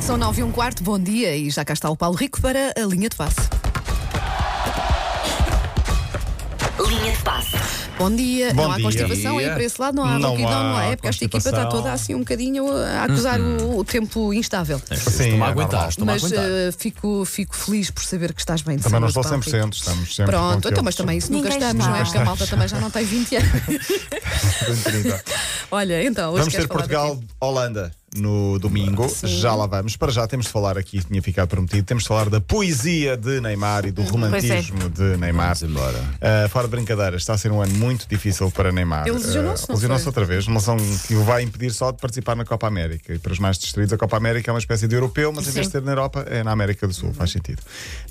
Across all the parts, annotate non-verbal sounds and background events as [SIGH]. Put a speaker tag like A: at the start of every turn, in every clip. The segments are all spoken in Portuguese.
A: São nove e um quarto, bom dia e já cá está o Paulo Rico para a linha de passe.
B: Linha de passe.
A: Bom dia,
C: Bom
A: não há
C: dia.
A: constipação aí para esse lado, não há
C: Não
A: ronquidão, não há.
C: há
A: É porque esta equipa está
C: constipação.
A: toda assim um bocadinho a acusar o, o tempo instável.
C: Sim,
D: estou-me a
C: é
D: aguentar,
C: normal.
D: estou-me a
A: Mas
D: aguentar.
A: eh, fico, fico feliz por saber que estás bem de
C: Também não
A: saúde,
C: estou
A: Paulo
C: 100%,
A: Rico.
C: estamos sempre
A: Pronto,
C: com
A: então, mas também isso nunca
B: Ninguém
A: estamos, não é?
B: está.
A: Porque a malta também já não tem 20 anos. [LAUGHS] Olha, então, hoje
C: Vamos
A: queres
C: ter
A: falar de quê?
C: Portugal-Holanda no domingo, já lá vamos. Para já temos de falar aqui, tinha ficado prometido, temos de falar da poesia de Neymar e
A: é.
C: do romantismo de Neymar.
D: Vamos embora.
C: Ah, fora de brincadeiras, está a ser um ano muito difícil para Neymar.
A: Ele lesionou-se,
C: Ah,
A: não
C: lesionou-se
A: foi?
C: outra vez, uma lesão que o vai impedir só de participar na Copa América. E para os mais distraídos, a Copa América é uma espécie de europeu, mas em vez de ser na Europa, é na América do Sul, faz sentido.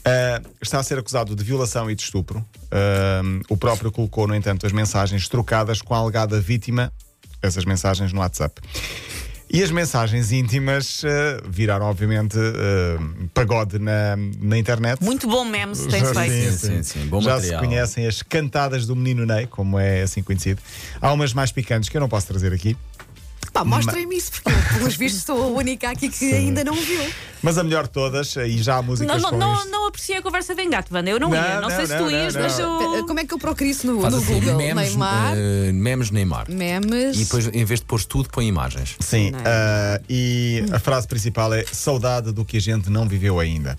C: Ah, está a ser acusado de violação e de estupro. Ah, o próprio colocou, no entanto, as mensagens trocadas com a alegada vítima, essas mensagens no WhatsApp. E as mensagens íntimas ah, viraram, obviamente, ah, pagode na, na internet.
B: Muito bom meme se tem
C: Já
B: feito.
D: Sim, sim, sim, bom
C: Já
D: material.
C: se conhecem as cantadas do menino Ney, como é assim conhecido. Há umas mais picantes que eu não posso trazer aqui,
A: Pá, mostrem-me isso, porque eu, pelos vistos, sou a única aqui que ainda não viu.
C: mas a melhor de todas, e já há
E: Não,
C: músicas
E: não,
C: com
E: não,
C: isto.
E: não apreciei a conversa de engate, Wanda. Eu não,
C: Não,
E: ia. Não,
C: não,
E: sei se
C: não,
E: tu ias,
C: não,
E: mas
C: não.
E: eu.
A: Pera, Como é que eu procuro isso no,
D: Faz
A: no
D: assim,
A: Google?
D: memes,
A: Neymar,
D: eh, memes Neymar.
A: memes.
D: E depois, em vez de pôr tudo, põe imagens.
C: Sim, ah, e a frase principal é saudade do que a gente não viveu ainda.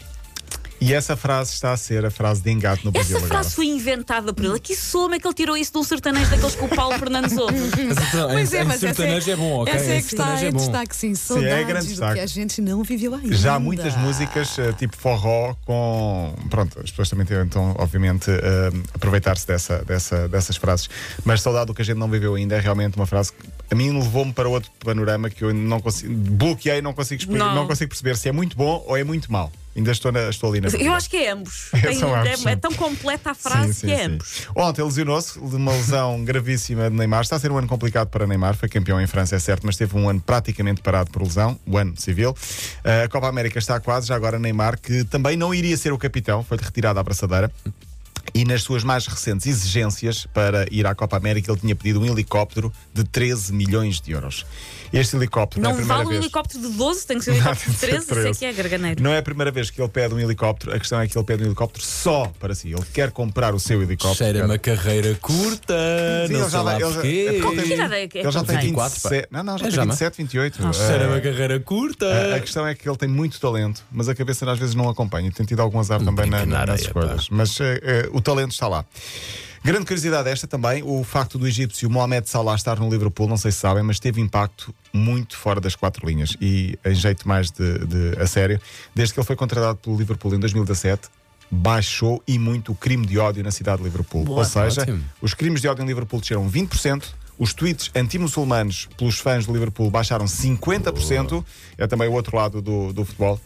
C: E essa frase está a ser a frase de engate no Brasil
E: Essa
C: agora.
E: frase foi inventada por ele. Que soma é que ele tirou isso de um sertanejo daqueles que o Paulo Fernandes ouve?
D: então,
A: Pois é, mas essa é, essa é que está em destaque, sim. Saudades
C: é grande
A: do
C: destaque.
A: que a gente não viveu ainda.
C: Já há muitas músicas eh, tipo forró com. Pronto, as pessoas também tentam, obviamente, eh, aproveitar-se dessa, dessa, dessas frases. Mas saudade do que a gente não viveu ainda é realmente uma frase que a mim levou-me para outro panorama que eu não consigo. Bloqueei, não consigo, expli-
E: Não.
C: não consigo perceber se é muito bom ou é muito mau. Ainda estou, na, estou ali na.
E: Eu
C: dúvida.
E: acho que é ambos.
C: [LAUGHS] É,
E: Tem-
C: são ambos,
E: é, é
C: sim.
E: tão completa a
C: Sim,
E: frase
C: sim,
E: que é
C: sim.
E: ambos.
C: Ontem lesionou-se de uma lesão [LAUGHS] gravíssima de Neymar. Está a ser um ano complicado para Neymar. Foi campeão em França, é certo, mas teve um ano praticamente parado por lesão, o ano civil. Eh, A Copa América está quase, já agora Neymar, que também não iria ser o capitão, foi retirado à abraçadeira. E nas suas mais recentes exigências para ir à Copa América, ele tinha pedido um helicóptero de 13 milhões de euros. Este helicóptero é a
E: Não
C: primeira
E: vale um
C: vez.
E: helicóptero de 12, tem que ser um helicóptero de 13, sei que é garganeiro.
C: Não é a primeira vez que ele pede um helicóptero, a questão é que ele pede um helicóptero só para si. Ele quer comprar o seu helicóptero.
D: Cheira uma carreira curta,
C: Sim,
D: não
C: ele já
D: sei
C: vai-
D: lá
C: ele já-
D: porquê.
C: ele
E: Que idade é que é
C: Ele já
E: que
C: tem
D: tem?
C: 24, 27. Não, não, já
D: É,
C: tem
D: já,
C: 27, 28.
D: Cheira uma
C: Eh,
D: É. carreira curta.
C: a, a questão é que ele tem muito talento, mas a cabeça às vezes não acompanha. Tem tido algum azar também na,
D: brinca
C: na,
D: na
C: nas
D: areia,
C: escolhas. Mas eh, eh, o talento está lá. Grande curiosidade esta também, o facto do egípcio Mohamed Salah estar no Liverpool, não sei se sabem, mas teve impacto muito fora das quatro linhas e em jeito mais de, de- a sério. Desde que ele foi contratado pelo Liverpool em 2017, baixou e muito o crime de ódio na cidade de Liverpool. Ou seja,
D: Ótimo.
C: os crimes de ódio em Liverpool desceram 20%, os tweets anti-muçulmanos pelos fãs do Liverpool baixaram 50%, é também o outro lado do, do futebol.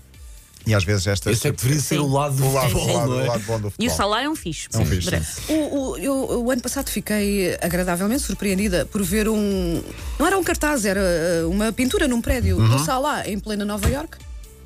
C: E às vezes estas.
D: Esse é que deveria ser o lado do
C: o lado,
D: futebol,
C: o lado-
D: não é?
C: o lado bom do futebol.
E: E o salário é um fixe.
C: É um fixe,
E: Breve.
A: O, o- eu, o ano passado fiquei agradavelmente surpreendida por ver um. Não era um cartaz, era uh, uma pintura num prédio do Salah, em plena Nova York.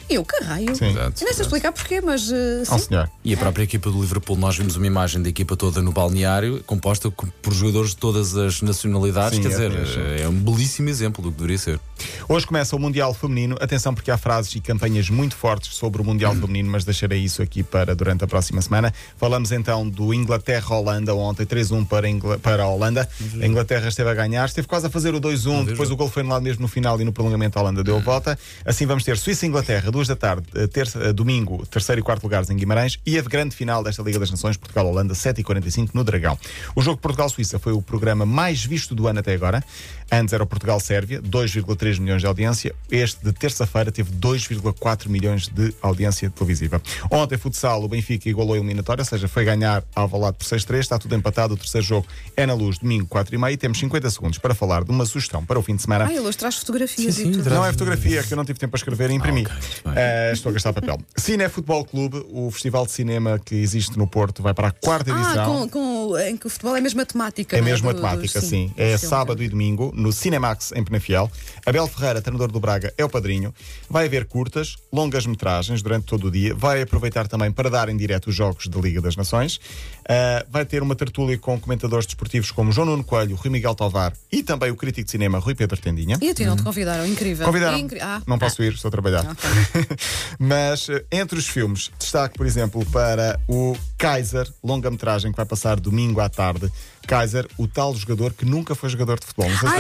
A: E eu, que raio.
C: Uhum. Sim.
A: Eu nem sei explicar porquê, mas. uh,
D: Ah,
C: Não,
A: sim.
C: um senhor.
D: E a própria equipa do Liverpool, nós vimos uma imagem da equipa toda no balneário, composta com- por jogadores de todas as nacionalidades.
C: Sim,
D: Quer
C: é
D: dizer,
C: mesmo.
D: é um belíssimo exemplo do que deveria ser.
C: Hoje começa o Mundial Feminino. Atenção, porque há frases e campanhas muito fortes sobre o Mundial Feminino, mas deixarei isso aqui para durante a próxima semana. Falamos então do Inglaterra-Holanda, ontem 3-1 para, a Ingl- para a Holanda. A Inglaterra esteve a ganhar, esteve quase a fazer o 2-1, depois o gol foi anulado mesmo no final e no prolongamento a Holanda deu a volta. Assim vamos ter Suíça-Inglaterra, duas da tarde, eh, terça, eh, domingo, terceiro e quarto lugares em Guimarães e a grande final desta Liga das Nações, Portugal-Holanda, 7h45 no Dragão. O jogo Portugal-Suíça foi o programa mais visto do ano até agora. Antes era o Portugal-Sérvia, 2,3 milhões de audiência. Este de terça-feira teve 2,4 milhões de audiência televisiva. Ontem, futsal, o Benfica igualou a eliminatória, ou seja, foi ganhar ao Valado por 6-3. Está tudo empatado. O terceiro jogo é na luz, domingo, 4h30. Temos 50 segundos para falar de uma sugestão para o fim de semana.
A: Ah, ele hoje traz fotografias
D: Sim, sim,
A: e tudo.
D: traz-
C: Não é fotografia, que eu não tive tempo para escrever e imprimir.
D: Ah, ok, muito bem.
C: Eh, estou a gastar papel. Cine Futebol Clube, o festival de cinema que existe no Porto, vai para a quarta
A: Ah, com,
C: edição.
A: com- em que o futebol é a mesma temática.
C: É
A: não
C: mesmo a
A: Do-
C: temática,
A: dos-
C: sim. É
A: Sim.
C: sábado e domingo, no Cinemax, em Penafiel. Abel Ferreira, treinador do Braga, é o padrinho. Vai haver curtas, longas metragens durante todo o dia. Vai aproveitar também para dar em direto os jogos da Liga das Nações. Ah, vai ter uma tertúlia com comentadores desportivos como João Nuno Coelho, Rui Miguel Tovar e também o crítico de cinema Rui Pedro Tendinha.
E: É,
A: E a ti não te convidaram, incrível.
C: Convidaram. [LAUGHS]
A: Incri- Ah,
C: Não posso ir, estou a trabalhar. [LAUGHS] Mas eh, entre os filmes, destaque, por exemplo, para o Kaiser, longa-metragem que vai passar domingo à tarde. Kaiser, o tal jogador que nunca foi jogador de futebol. Não sei se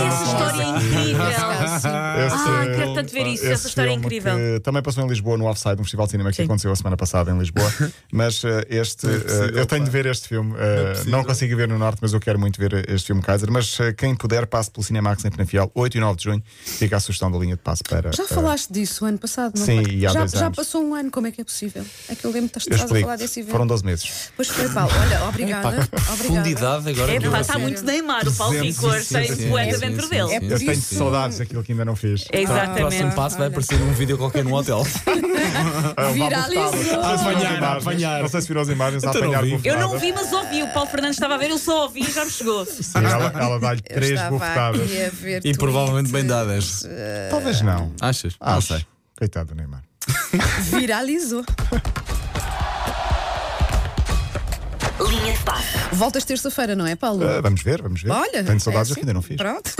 E: Ah,
C: já
E: essa
C: ouviram
E: história
C: falar. [LAUGHS]
E: é incrível!
C: Esse,
E: Ah,
C: eh,
E: quero tanto ver isso, essa
C: esse
E: história é
C: filme
E: incrível.
C: que também passou em Lisboa, no Offside, um festival de cinema que
E: Sim.
C: aconteceu a semana passada
F: [LAUGHS]
C: em Lisboa. mas eh, este,
F: Não é possível,
C: eh, eu tenho
F: pá. é
C: de ver este filme. eh,
F: possível.
C: não consigo ver no Norte, mas eu quero muito ver este filme Kaiser. Mas eh, quem puder, passe pelo Cinemax em Penafiel, 8 e 9 de junho. Fica a sugestão da linha de passo para. eh,
A: Já
C: para-
A: falaste disso ano passado, não
C: Ah. Sim,
A: foi?
C: e há
A: já,
C: dois
A: já
C: anos.
A: passou um ano, como é que é possível? É que eu lembro que
C: Eu
A: estás a falar desse
C: explico.
A: evento.
C: Foram 12 meses.
A: Pois foi, Paulo.
C: [LAUGHS]
A: Olha, obrigada. obrigada.
D: Profundidade agora.
E: É,
D: que eu
E: pá,
D: vou-
E: está muito Neymar, o Paulo
F: Sim,
E: Ficor,
D: sim, sim,
E: tem poeta
D: sim,
E: dentro
D: sim,
E: dele.
D: sim.
A: É
C: Eu tenho
A: Isso.
C: saudades daquilo que ainda não fiz.
E: É
D: O próximo
E: Exatamente.
D: passo vai aparecer um vídeo qualquer no
F: [LAUGHS]
D: hotel. É
A: Viralizou.
C: Apanhar, apanhar. Não sei se viram as imagens a
D: Então não
C: apanhar
D: vi.
E: Eu não
C: bofetadas.
E: vi, mas ouvi. O Paulo Fernandes estava a ver, eu só ouvi e já me chegou.
C: Sim, ela ela dá-lhe
A: Eu
C: três
A: estava
C: bofetadas.
A: aqui a ver
D: E
A: tweets.
D: provavelmente bem dadas.
C: Talvez não.
D: Achas? Não
C: Acho.
D: sei.
C: Coitado do Neymar.
A: Viralizou.
B: Linha de passe.
A: Voltas terça-feira, não é, Paulo?
C: Ah, vamos ver, vamos ver.
A: Olha.
C: Tenho saudades
A: é
C: que ainda não fiz.
A: Pronto.